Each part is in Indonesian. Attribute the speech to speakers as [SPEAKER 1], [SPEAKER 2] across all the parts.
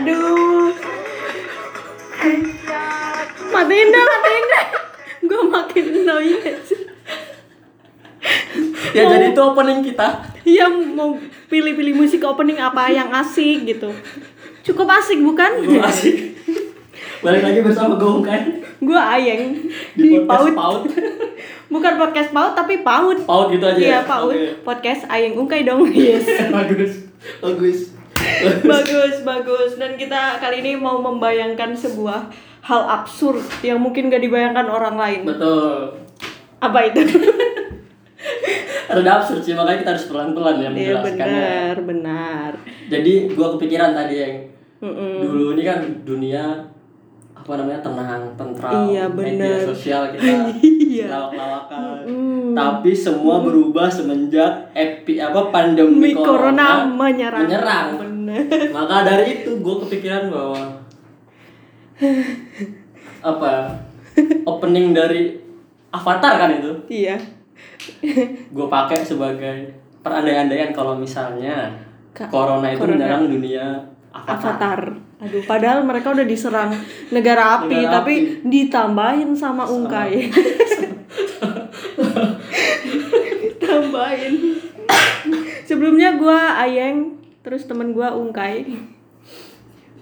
[SPEAKER 1] Aduh. Matiin dah, matiin dah. Gue makin noise.
[SPEAKER 2] Ya jadi itu opening kita.
[SPEAKER 1] Iya mau pilih-pilih musik opening apa yang asik gitu. Cukup asik bukan?
[SPEAKER 2] Gua asik. Balik lagi bersama Gong kan
[SPEAKER 1] Gue ayeng
[SPEAKER 2] di
[SPEAKER 1] di
[SPEAKER 2] podcast
[SPEAKER 1] paut.
[SPEAKER 2] paut.
[SPEAKER 1] Bukan podcast paut tapi paut.
[SPEAKER 2] Paut gitu aja.
[SPEAKER 1] Iya
[SPEAKER 2] ya?
[SPEAKER 1] paut.
[SPEAKER 2] Oke. Oh,
[SPEAKER 1] Podcast ayeng ungkai dong. Yes.
[SPEAKER 2] bagus. Bagus.
[SPEAKER 1] bagus bagus dan kita kali ini mau membayangkan sebuah hal absurd yang mungkin gak dibayangkan orang lain
[SPEAKER 2] Betul.
[SPEAKER 1] apa itu
[SPEAKER 2] Rada absurd sih makanya kita harus pelan-pelan ya
[SPEAKER 1] iya
[SPEAKER 2] menjelaskannya.
[SPEAKER 1] benar benar
[SPEAKER 2] Jadi gua kepikiran tadi yang
[SPEAKER 1] Mm-mm.
[SPEAKER 2] dulu ini kan dunia apa namanya tenang, tentram,
[SPEAKER 1] Iya,
[SPEAKER 2] media
[SPEAKER 1] benar.
[SPEAKER 2] sosial kita
[SPEAKER 1] Iya.
[SPEAKER 2] lawak-lawakan.
[SPEAKER 1] Mm.
[SPEAKER 2] Tapi semua berubah semenjak epi apa pandemi
[SPEAKER 1] Mi corona menyerang
[SPEAKER 2] menyerang.
[SPEAKER 1] benar
[SPEAKER 2] Maka dari itu gue kepikiran bahwa apa ya, opening dari Avatar kan itu
[SPEAKER 1] iya
[SPEAKER 2] gue pakai sebagai perandai-andaian kalau misalnya
[SPEAKER 1] Ka-
[SPEAKER 2] corona itu
[SPEAKER 1] corona.
[SPEAKER 2] menyerang dunia Avatar.
[SPEAKER 1] avatar aduh padahal mereka udah diserang negara api
[SPEAKER 2] Negara
[SPEAKER 1] tapi ditambahin sama ungkai tambahin sebelumnya gua ayeng terus temen gua ungkai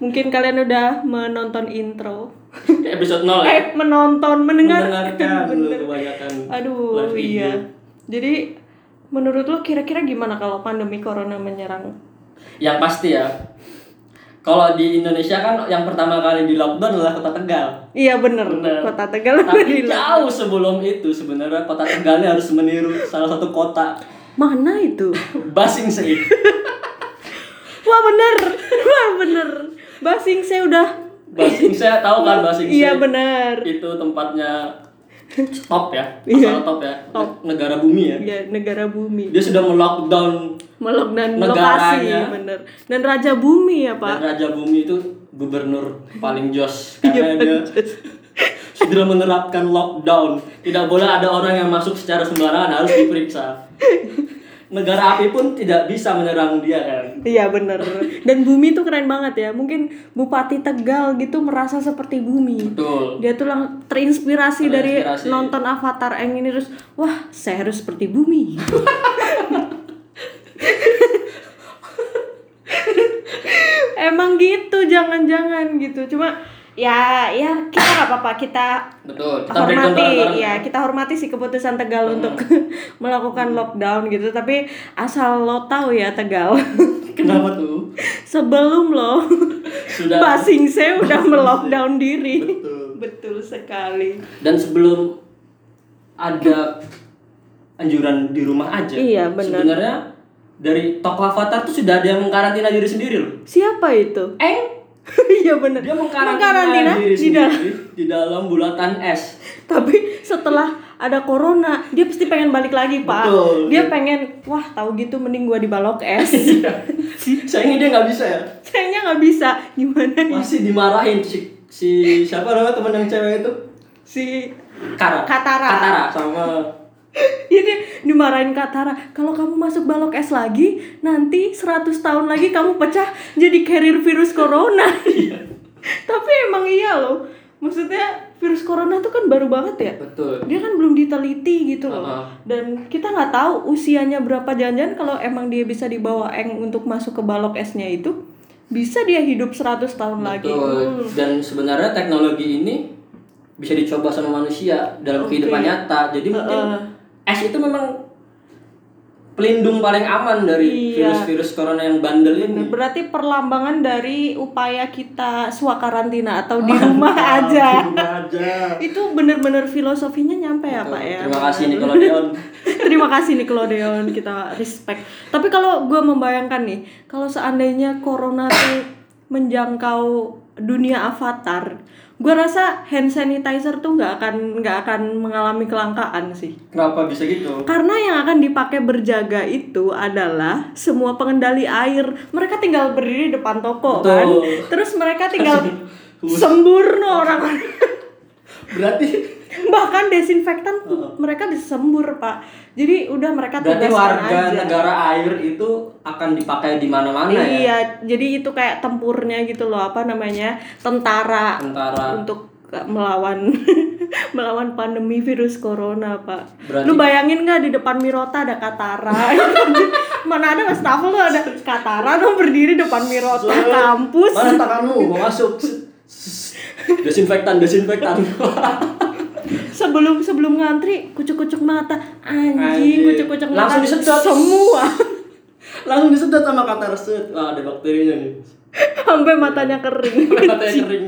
[SPEAKER 1] mungkin kalian udah menonton intro
[SPEAKER 2] Episode 0 ya.
[SPEAKER 1] eh menonton mendengar
[SPEAKER 2] Mendengarkan lu kebanyakan.
[SPEAKER 1] aduh
[SPEAKER 2] live
[SPEAKER 1] iya
[SPEAKER 2] IG.
[SPEAKER 1] jadi menurut lo kira-kira gimana kalau pandemi corona menyerang
[SPEAKER 2] Yang pasti ya. Kalau di Indonesia kan yang pertama kali di lockdown adalah Kota Tegal.
[SPEAKER 1] Iya bener,
[SPEAKER 2] Bener.
[SPEAKER 1] kota Tegal udah
[SPEAKER 2] Tapi
[SPEAKER 1] di-
[SPEAKER 2] jauh sebelum itu sebenarnya Kota Tegal ini harus meniru salah satu kota
[SPEAKER 1] Mana itu?
[SPEAKER 2] Basing Seid.
[SPEAKER 1] Wah bener, wah bener. Basing saya udah.
[SPEAKER 2] Basing saya tahu kan Basing Seid?
[SPEAKER 1] Iya bener.
[SPEAKER 2] Itu tempatnya top ya.
[SPEAKER 1] Iya.
[SPEAKER 2] Masalah top ya. Negara bumi ya.
[SPEAKER 1] Ya negara bumi.
[SPEAKER 2] Dia sudah melockdown
[SPEAKER 1] Melok dan lokasi
[SPEAKER 2] Negaranya.
[SPEAKER 1] bener. Dan raja bumi ya
[SPEAKER 2] dan
[SPEAKER 1] pak.
[SPEAKER 2] Raja Bumi itu gubernur paling jos
[SPEAKER 1] Iya,
[SPEAKER 2] karena dia sudah menerapkan lockdown. Tidak boleh ada orang yang masuk secara sembarangan harus diperiksa. Negara api pun tidak bisa menyerang dia kan.
[SPEAKER 1] Iya bener. Dan bumi itu keren banget ya. Mungkin bupati Tegal gitu merasa seperti bumi.
[SPEAKER 2] Betul.
[SPEAKER 1] Dia tuh lang- terinspirasi,
[SPEAKER 2] Terinspirasi.
[SPEAKER 1] dari nonton Avatar Eng ini terus, wah saya harus seperti bumi. Emang gitu, jangan-jangan gitu. Cuma ya ya kita nggak apa-apa kita
[SPEAKER 2] Betul. Kita breakdown bareng-bareng.
[SPEAKER 1] hormati ya kita hormati sih keputusan Tegal untuk melakukan lockdown gitu tapi asal lo tahu ya Tegal
[SPEAKER 2] Kenapa tuh?
[SPEAKER 1] sebelum lo
[SPEAKER 2] Sudah.
[SPEAKER 1] basing saya udah melockdown diri
[SPEAKER 2] Betul.
[SPEAKER 1] betul sekali
[SPEAKER 2] Dan sebelum ada anjuran di rumah aja.
[SPEAKER 1] Iya, benar.
[SPEAKER 2] Sebenarnya dari tokoh Avatar tuh sudah ada yang mengkarantina diri sendiri loh.
[SPEAKER 1] siapa itu
[SPEAKER 2] Eng,
[SPEAKER 1] iya bener
[SPEAKER 2] dia mengkarantina,
[SPEAKER 1] Mengkarantina
[SPEAKER 2] diri
[SPEAKER 1] Iya, di
[SPEAKER 2] sendiri
[SPEAKER 1] dalam.
[SPEAKER 2] di dalam bulatan es.
[SPEAKER 1] tapi setelah ada corona dia pasti pengen balik lagi pak
[SPEAKER 2] Betul.
[SPEAKER 1] dia pengen wah tahu gitu mending gua dibalok es
[SPEAKER 2] Sayangnya dia nggak bisa ya.
[SPEAKER 1] kayaknya nggak bisa gimana ya?
[SPEAKER 2] Masih dimarahin si, si siapa namanya teman yang cewek itu?
[SPEAKER 1] si
[SPEAKER 2] Kara.
[SPEAKER 1] Katara.
[SPEAKER 2] Katara sama
[SPEAKER 1] Ini dimarahin Katara, kalau kamu masuk balok es lagi, nanti 100 tahun lagi kamu pecah jadi carrier virus corona. Iya. Tapi emang iya loh. Maksudnya virus corona tuh kan baru banget ya.
[SPEAKER 2] betul.
[SPEAKER 1] Dia kan belum diteliti gitu loh.
[SPEAKER 2] Uh-uh.
[SPEAKER 1] Dan kita nggak tahu usianya berapa jangan-jangan kalau emang dia bisa dibawa eng untuk masuk ke balok esnya itu bisa dia hidup 100 tahun lagi. Hmm.
[SPEAKER 2] Betul. Dan sebenarnya teknologi ini bisa dicoba sama manusia dalam kehidupan nyata. Jadi mungkin es itu memang pelindung paling aman dari
[SPEAKER 1] Iya.
[SPEAKER 2] virus-virus corona yang bandel ini.
[SPEAKER 1] Nah, berarti perlambangan dari upaya kita swakarantina atau di rumah aja.
[SPEAKER 2] Di rumah aja.
[SPEAKER 1] Itu bener-bener filosofinya nyampe ya Pak ya.
[SPEAKER 2] Terima kasih Nickelodeon.
[SPEAKER 1] Terima kasih Nickelodeon, kita respect. Tapi kalau gue membayangkan nih, kalau seandainya corona tuh menjangkau dunia avatar, gue rasa hand sanitizer tuh nggak akan nggak akan mengalami kelangkaan sih.
[SPEAKER 2] Kenapa bisa gitu?
[SPEAKER 1] Karena yang akan dipakai berjaga itu adalah semua pengendali air. Mereka tinggal berdiri depan toko kan.
[SPEAKER 2] Betul.
[SPEAKER 1] Terus mereka tinggal sembur orang
[SPEAKER 2] Berarti
[SPEAKER 1] bahkan desinfektan mereka disembur pak jadi udah mereka
[SPEAKER 2] berarti
[SPEAKER 1] tugaskan
[SPEAKER 2] warga
[SPEAKER 1] aja
[SPEAKER 2] negara air itu akan dipakai di mana-mana ya.
[SPEAKER 1] iya jadi itu kayak tempurnya gitu loh apa namanya tentara
[SPEAKER 2] Tentara.
[SPEAKER 1] untuk ke- melawan melawan pandemi virus corona pak
[SPEAKER 2] Berarti-
[SPEAKER 1] lu bayangin nggak di depan Mirota ada Katara mana ada wastafel lu ada Katara lu berdiri depan Mirota
[SPEAKER 2] Soalnya-
[SPEAKER 1] kampus
[SPEAKER 2] Mana tanganmu mau masuk? Desinfektan, desinfektan.
[SPEAKER 1] sebelum sebelum ngantri kucuk-kucuk mata
[SPEAKER 2] Anjing.
[SPEAKER 1] anjing kucuk-kucuk mata
[SPEAKER 2] Langsung disedot.
[SPEAKER 1] semua
[SPEAKER 2] Langsung disedot sama kata reset. Wah, ada bakterinya nih.
[SPEAKER 1] sampai matanya kering
[SPEAKER 2] Katanya kering.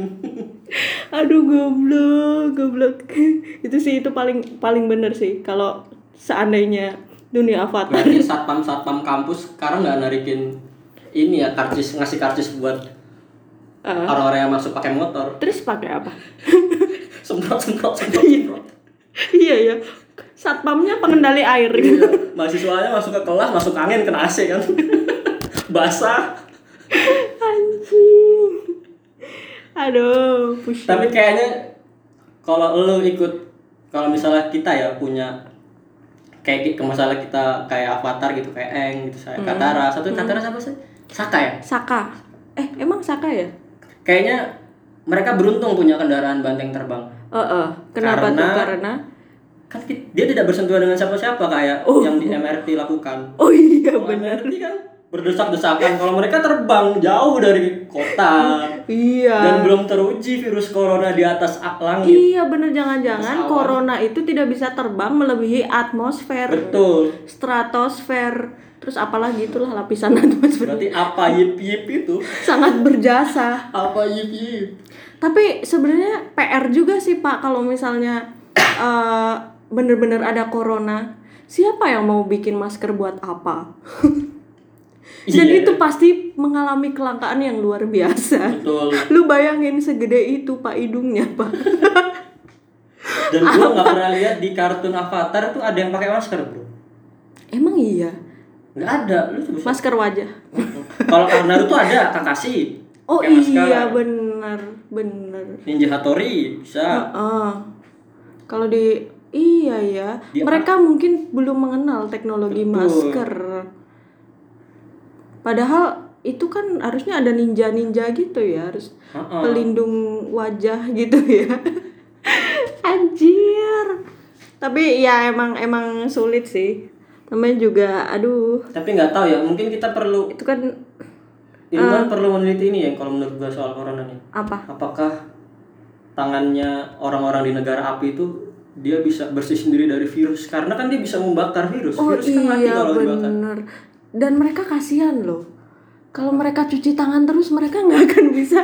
[SPEAKER 1] aduh goblok goblok itu sih itu paling paling bener sih kalau seandainya dunia avatar
[SPEAKER 2] Berarti satpam-satpam kampus sekarang nggak narikin ini ya karcis ngasih karcis buat
[SPEAKER 1] Eh.
[SPEAKER 2] orang-orang yang masuk pakai motor.
[SPEAKER 1] terus pakai apa
[SPEAKER 2] Semprot, semprot, semprot, semprot.
[SPEAKER 1] iya ya satpamnya pengendali air
[SPEAKER 2] Iya, mahasiswanya masuk ke kelas masuk angin kena AC kan basah
[SPEAKER 1] anjing aduh pusing
[SPEAKER 2] tapi kayaknya kalau lo ikut kalau misalnya kita ya punya kayak ki- masalah kita kayak avatar gitu kayak Eng gitu saya Katara satu Katara siapa sih Saka ya
[SPEAKER 1] Saka eh emang Saka ya
[SPEAKER 2] kayaknya mereka beruntung punya kendaraan banteng terbang
[SPEAKER 1] Eh, eh. kenapa tuh
[SPEAKER 2] Karena-
[SPEAKER 1] karena
[SPEAKER 2] kan ki- dia tidak bersentuhan dengan siapa-siapa kayak
[SPEAKER 1] Oh.
[SPEAKER 2] yang di MRT lakukan
[SPEAKER 1] oh iya
[SPEAKER 2] Kalau
[SPEAKER 1] bener
[SPEAKER 2] MRT kan berdesak-desakan kalau mereka terbang jauh dari kota
[SPEAKER 1] iya
[SPEAKER 2] dan belum teruji virus corona di atas a- langit.
[SPEAKER 1] Iya bener jangan-jangan corona itu tidak bisa terbang melebihi atmosfer
[SPEAKER 2] Betul.
[SPEAKER 1] stratosfer terus apalagi itulah lapisan atmosfer
[SPEAKER 2] Berarti apa yip yip itu?
[SPEAKER 1] sangat berjasa
[SPEAKER 2] Apa yip yip?
[SPEAKER 1] tapi sebenarnya PR juga sih pak kalau misalnya eh, bener-bener ada corona siapa yang mau bikin masker buat apa jadi
[SPEAKER 2] Iya.
[SPEAKER 1] itu pasti mengalami kelangkaan yang luar biasa
[SPEAKER 2] Betul.
[SPEAKER 1] lu bayangin segede itu pak hidungnya pak
[SPEAKER 2] Dan gua nggak pernah lihat di kartun Avatar tuh ada yang pakai masker bro.
[SPEAKER 1] emang iya
[SPEAKER 2] Nggak ada. Lu coba.
[SPEAKER 1] masker wajah
[SPEAKER 2] Kalau karena Naruto ada Kakashi.
[SPEAKER 1] oh
[SPEAKER 2] pakai masker.
[SPEAKER 1] iya bener bener
[SPEAKER 2] Ninja Hattori bisa.
[SPEAKER 1] Heeh. Kalau di iya ya, mereka mungkin belum mengenal teknologi masker. Padahal itu kan harusnya ada ninja-ninja gitu ya, harus
[SPEAKER 2] Heeh.
[SPEAKER 1] pelindung wajah gitu ya. Anjir. Tapi ya emang emang sulit sih. Namanya juga aduh,
[SPEAKER 2] Tapi nggak tahu ya. Mungkin kita perlu
[SPEAKER 1] itu kan Ah.
[SPEAKER 2] ilmuwan perlu meneliti ini ya. Kalau menurut gua soal corona nih.
[SPEAKER 1] apa?
[SPEAKER 2] Apakah tangannya orang-orang di negara api itu dia bisa bersih sendiri dari virus karena kan dia bisa membakar virus.
[SPEAKER 1] Oh
[SPEAKER 2] virus kan mati
[SPEAKER 1] iya
[SPEAKER 2] kalau dibakar.
[SPEAKER 1] bener Dan mereka kasihan loh Kalau mereka cuci tangan terus mereka nggak akan bisa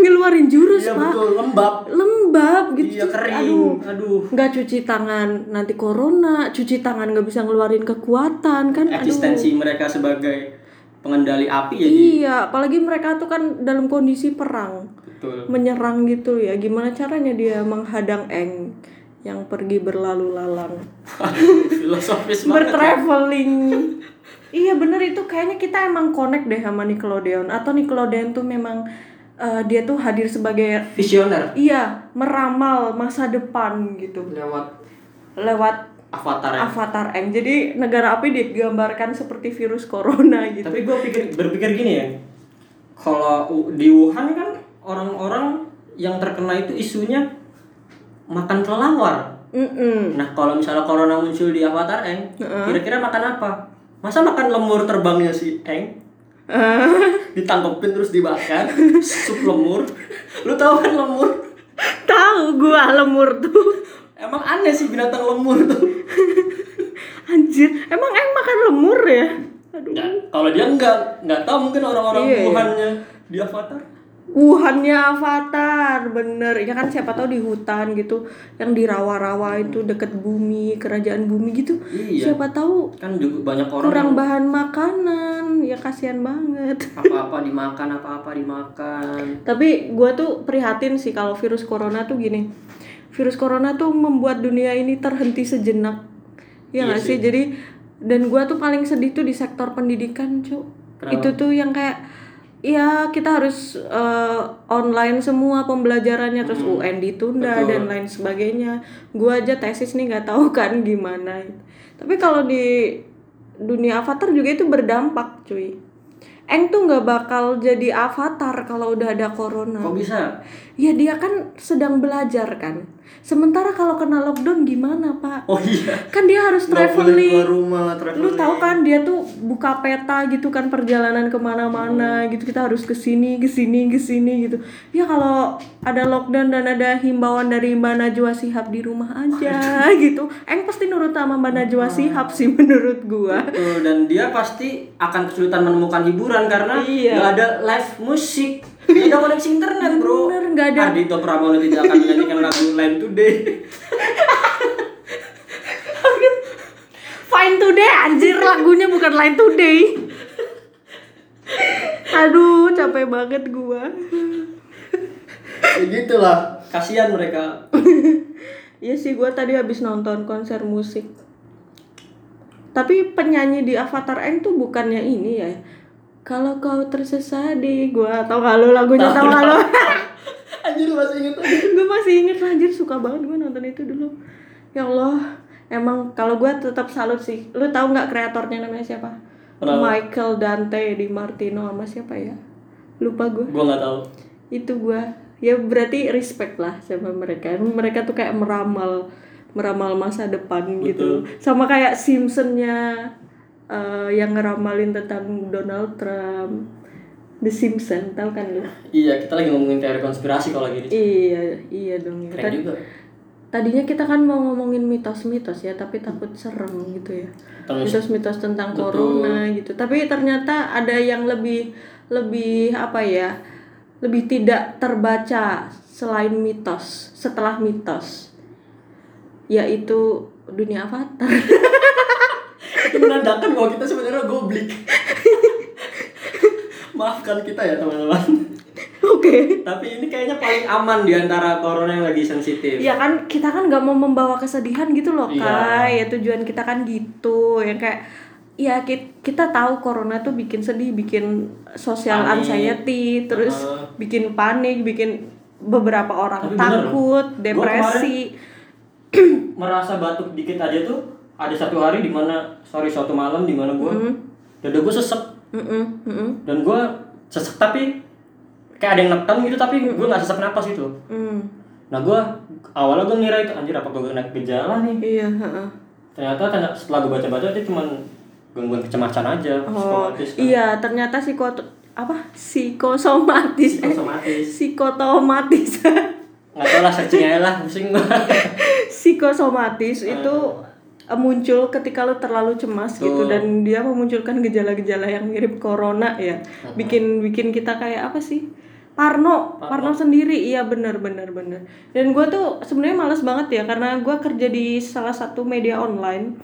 [SPEAKER 1] ngeluarin jurus
[SPEAKER 2] Iya
[SPEAKER 1] pak
[SPEAKER 2] betul, lembab.
[SPEAKER 1] Lembab gitu
[SPEAKER 2] Iya kering.
[SPEAKER 1] Aduh
[SPEAKER 2] Aduh.
[SPEAKER 1] nggak cuci tangan nanti corona Cuci tangan nggak bisa ngeluarin kekuatan kan
[SPEAKER 2] Eh,
[SPEAKER 1] Aduh
[SPEAKER 2] Eksistensi mereka sebagai pengendali api ya. jadi
[SPEAKER 1] Iya apalagi mereka tuh kan dalam kondisi perang
[SPEAKER 2] betul.
[SPEAKER 1] Menyerang gitu ya Gimana caranya dia menghadang eng Yang pergi berlalu lalang
[SPEAKER 2] Filosofis banget.
[SPEAKER 1] bertraveling iya bener itu kayaknya kita emang connect deh sama Nickelodeon atau Nickelodeon tuh memang eh, dia tuh hadir sebagai
[SPEAKER 2] Visioner
[SPEAKER 1] iya meramal masa depan gitu
[SPEAKER 2] lewat
[SPEAKER 1] lewat
[SPEAKER 2] avatar. ya.
[SPEAKER 1] avatar M jadi negara api digambarkan seperti virus corona gitu
[SPEAKER 2] Tapi gue pikir berpikir gini ya. Kalau u- di Wuhan kan orang-orang yang terkena itu isunya makan kelelawar.
[SPEAKER 1] Mm-mm.
[SPEAKER 2] Nah, kalau misalnya corona muncul di Avatar Eng, kira-kira makan apa? Masa makan lemur terbangnya si Eng? Ditangkepin terus dibakar, sup lemur. Lu tahu kan lemur?
[SPEAKER 1] tahu gua lemur tuh
[SPEAKER 2] Emang aneh sih binatang lemur tuh.
[SPEAKER 1] anjir emang Eng makan lemur ya aduh
[SPEAKER 2] Nggak, kalau dia enggak, enggak tahu mungkin orang-orang
[SPEAKER 1] Iya, iya.
[SPEAKER 2] Wuhannya di Avatar.
[SPEAKER 1] Wuhannya Avatar, bener. Ya kan siapa tahu di hutan gitu, yang di rawa-rawa itu deket bumi, kerajaan bumi gitu.
[SPEAKER 2] Iya.
[SPEAKER 1] Siapa tahu
[SPEAKER 2] Kan juga banyak orang yang
[SPEAKER 1] kurang bahan makanan, ya kasihan banget.
[SPEAKER 2] apa-apa dimakan, apa-apa dimakan.
[SPEAKER 1] Tapi gua tuh prihatin sih kalau virus corona tuh gini. Virus corona tuh membuat dunia ini terhenti sejenak. Ya nggak sih? Jadi dan gua tuh paling sedih tuh di sektor pendidikan, Cuk. Itu tuh yang kayak Iya, kita harus eh, online semua pembelajarannya terus UN ditunda
[SPEAKER 2] Betul.
[SPEAKER 1] dan lain sebagainya. Gua aja tesis nih nggak tahu kan gimana. Tapi kalau di dunia avatar juga itu berdampak, cuy. Eng tuh nggak bakal jadi avatar kalau udah ada corona.
[SPEAKER 2] Kok bisa?
[SPEAKER 1] Ya dia kan sedang belajar kan. Sementara kalau kena lockdown gimana, Pak?
[SPEAKER 2] Oh iya.
[SPEAKER 1] Kan dia harus
[SPEAKER 2] Nggak boleh keluar
[SPEAKER 1] traveling.
[SPEAKER 2] rumah,
[SPEAKER 1] Lu
[SPEAKER 2] traveling.
[SPEAKER 1] tahu kan dia tuh buka peta gitu kan perjalanan
[SPEAKER 2] Hmm.
[SPEAKER 1] kemana-mana gitu kita harus kesini kesini kesini gitu ya kalau ada lockdown dan ada himbauan dari mbak Najwa Sihab di rumah aja gitu eng pasti nurut sama mbak Najwa
[SPEAKER 2] Hmm.
[SPEAKER 1] Sihab sih menurut gua
[SPEAKER 2] Betul, dan dia pasti akan kesulitan menemukan hiburan karena
[SPEAKER 1] Iya.
[SPEAKER 2] nggak ada live musik. Nggak ada koneksi internet, Bro.
[SPEAKER 1] Bener, nggak ada.
[SPEAKER 2] Ardhito Pramono tidak akan menyanyikan lagu Line Today.
[SPEAKER 1] Fine Today anjir lagunya bukan Line Today. Aduh, capek banget gua.
[SPEAKER 2] ya gitulah. Kasihan mereka.
[SPEAKER 1] Iya sih gua tadi habis nonton konser musik. Tapi penyanyi di Avatar N tuh bukannya ini ya. Kalau kau tersesat di gua tau gak lu lagunya tau gak lu?
[SPEAKER 2] Anjir masih inget aja.
[SPEAKER 1] gue masih inget lah, anjir suka banget gue nonton itu dulu. Ya Allah, emang kalau gua tetap salut sih. Lu tahu nggak kreatornya namanya siapa?
[SPEAKER 2] Kenapa?
[SPEAKER 1] Michael Dante di Martino sama siapa ya? Lupa gue.
[SPEAKER 2] Gua nggak tahu.
[SPEAKER 1] itu gua ya berarti respect lah sama mereka mereka tuh kayak meramal meramal masa depan gitu sama kayak Simpsonnya eh, yang ngeramalin tentang Donald Trump The Simpsons tau kan lu
[SPEAKER 2] Iya, kita lagi ngomongin teori konspirasi kalau lagi di
[SPEAKER 1] iya iya dong ya.
[SPEAKER 2] Keren juga.
[SPEAKER 1] tadinya kita kan mau ngomongin mitos-mitos ya tapi takut serem gitu ya
[SPEAKER 2] Terus
[SPEAKER 1] mitos-mitos tentang corona gitu tapi ternyata ada yang lebih lebih apa ya lebih tidak terbaca selain mitos setelah mitos yaitu dunia avatar
[SPEAKER 2] itu menandakan bahwa kita sebenarnya goblik. Maafkan kita ya teman-teman.
[SPEAKER 1] oke
[SPEAKER 2] Tapi ini kayaknya paling aman di antara corona yang lagi sensitif.
[SPEAKER 1] ya kan kita kan nggak mau membawa kesedihan gitu loh
[SPEAKER 2] Iya.
[SPEAKER 1] Kai ya tujuan kita kan gitu yang kayak ya ki- kita tahu corona tuh bikin sedih bikin social
[SPEAKER 2] Panik.
[SPEAKER 1] anxiety terus
[SPEAKER 2] Heeh.
[SPEAKER 1] bikin panik bikin beberapa orang
[SPEAKER 2] Tapi bener
[SPEAKER 1] takut
[SPEAKER 2] loh,
[SPEAKER 1] depresi
[SPEAKER 2] merasa batuk dikit aja tuh ada satu hari di mana sorry suatu malam di mana gue
[SPEAKER 1] Mm-hmm.
[SPEAKER 2] dada gue sesek
[SPEAKER 1] Mm-mm, mm-mm,
[SPEAKER 2] dan gue sesek tapi kayak ada yang neken gitu tapi gue nggak sesek napas gitu loh.
[SPEAKER 1] mm.
[SPEAKER 2] nah gue awalnya gue ngira itu anjir apa gue kena gejala nih
[SPEAKER 1] iya heeh.
[SPEAKER 2] ternyata tanda- setelah gue baca-baca itu cuman gangguan kecemasan aja
[SPEAKER 1] oh
[SPEAKER 2] psikomatis kan.
[SPEAKER 1] iya ternyata psikoto apa psikosomatis eh,
[SPEAKER 2] psikosomatis
[SPEAKER 1] psikotomatis
[SPEAKER 2] nggak tahu lah searching aja lah pusing gua.
[SPEAKER 1] psikosomatis
[SPEAKER 2] Ah.
[SPEAKER 1] itu eh, muncul ketika lu terlalu cemas gitu
[SPEAKER 2] Betul.
[SPEAKER 1] dan dia memunculkan gejala-gejala yang mirip corona ya bikin bikin kita kayak apa sih Parno, Parno, sendiri, iya bener bener bener. Dan gue tuh sebenarnya males banget ya karena gue kerja di salah satu media online.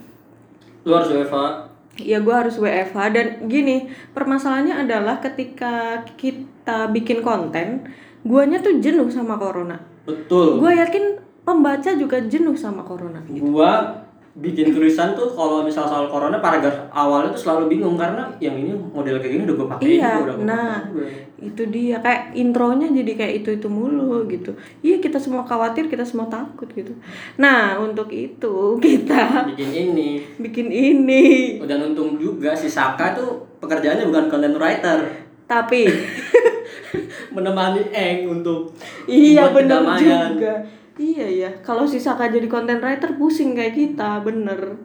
[SPEAKER 2] lu harus UEFA
[SPEAKER 1] Ya gue harus WFH dan gini permasalahannya adalah ketika kita bikin konten, guanya tuh jenuh sama corona.
[SPEAKER 2] betul
[SPEAKER 1] Gue yakin pembaca juga jenuh sama corona.
[SPEAKER 2] gua bikin tulisan tuh kalau misal soal corona paragraf awalnya tuh selalu bingung karena yang ini model kayak gini udah gue pakein
[SPEAKER 1] Iya,
[SPEAKER 2] gua udah gua
[SPEAKER 1] nah.
[SPEAKER 2] pakein, gua.
[SPEAKER 1] itu dia kayak intronya jadi kayak itu itu mulu gitu iya kita semua khawatir kita semua takut gitu nah untuk itu kita
[SPEAKER 2] bikin ini
[SPEAKER 1] bikin ini
[SPEAKER 2] dan untung juga si Saka tuh pekerjaannya bukan content writer
[SPEAKER 1] tapi
[SPEAKER 2] menemani Eng untuk
[SPEAKER 1] iya
[SPEAKER 2] buat
[SPEAKER 1] bener
[SPEAKER 2] kedamaian.
[SPEAKER 1] juga iya ya kalau si Saka jadi content writer pusing kayak kita bener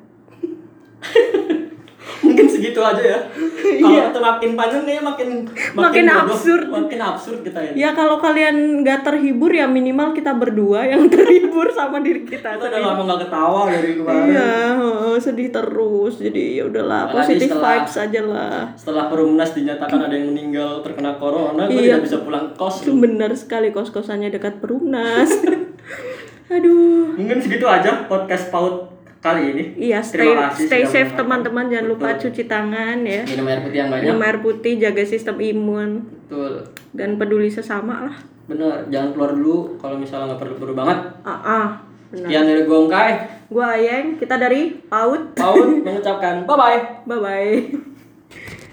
[SPEAKER 2] mungkin segitu aja ya
[SPEAKER 1] Iya.
[SPEAKER 2] kalau itu makin panjang nih makin
[SPEAKER 1] Makin
[SPEAKER 2] bodoh,
[SPEAKER 1] absurd.
[SPEAKER 2] makin absurd kita ini
[SPEAKER 1] ya kalau kalian nggak terhibur ya minimal kita berdua yang terhibur sama diri kita
[SPEAKER 2] kita udah lama gak ketawa dari kemarin
[SPEAKER 1] iya heeh, sedih terus jadi ya udahlah
[SPEAKER 2] Apalagi
[SPEAKER 1] positive
[SPEAKER 2] setelah-
[SPEAKER 1] vibes aja lah
[SPEAKER 2] setelah perumnas dinyatakan ada yang meninggal terkena corona gue
[SPEAKER 1] Iya.
[SPEAKER 2] tidak bisa pulang kos
[SPEAKER 1] Bener sekali kos-kosannya dekat Perumnas. Aduh.
[SPEAKER 2] mungkin segitu aja podcast paut kali ini
[SPEAKER 1] Iya, stay
[SPEAKER 2] Terima kasih
[SPEAKER 1] stay
[SPEAKER 2] sudah
[SPEAKER 1] safe
[SPEAKER 2] mendengarkan.
[SPEAKER 1] teman-teman, jangan lupa
[SPEAKER 2] Betul.
[SPEAKER 1] cuci tangan ya.
[SPEAKER 2] minum air putih yang banyak
[SPEAKER 1] Minum air putih, jaga sistem imun
[SPEAKER 2] betul
[SPEAKER 1] dan peduli sesama lah.
[SPEAKER 2] benar jangan keluar dulu kalau misalnya nggak perlu-perlu banget
[SPEAKER 1] Ah, ah, benar.
[SPEAKER 2] sekian dari Gongkai
[SPEAKER 1] Gua Ayeng, kita dari PAUD.
[SPEAKER 2] paut mengucapkan bye bye
[SPEAKER 1] Bye bye.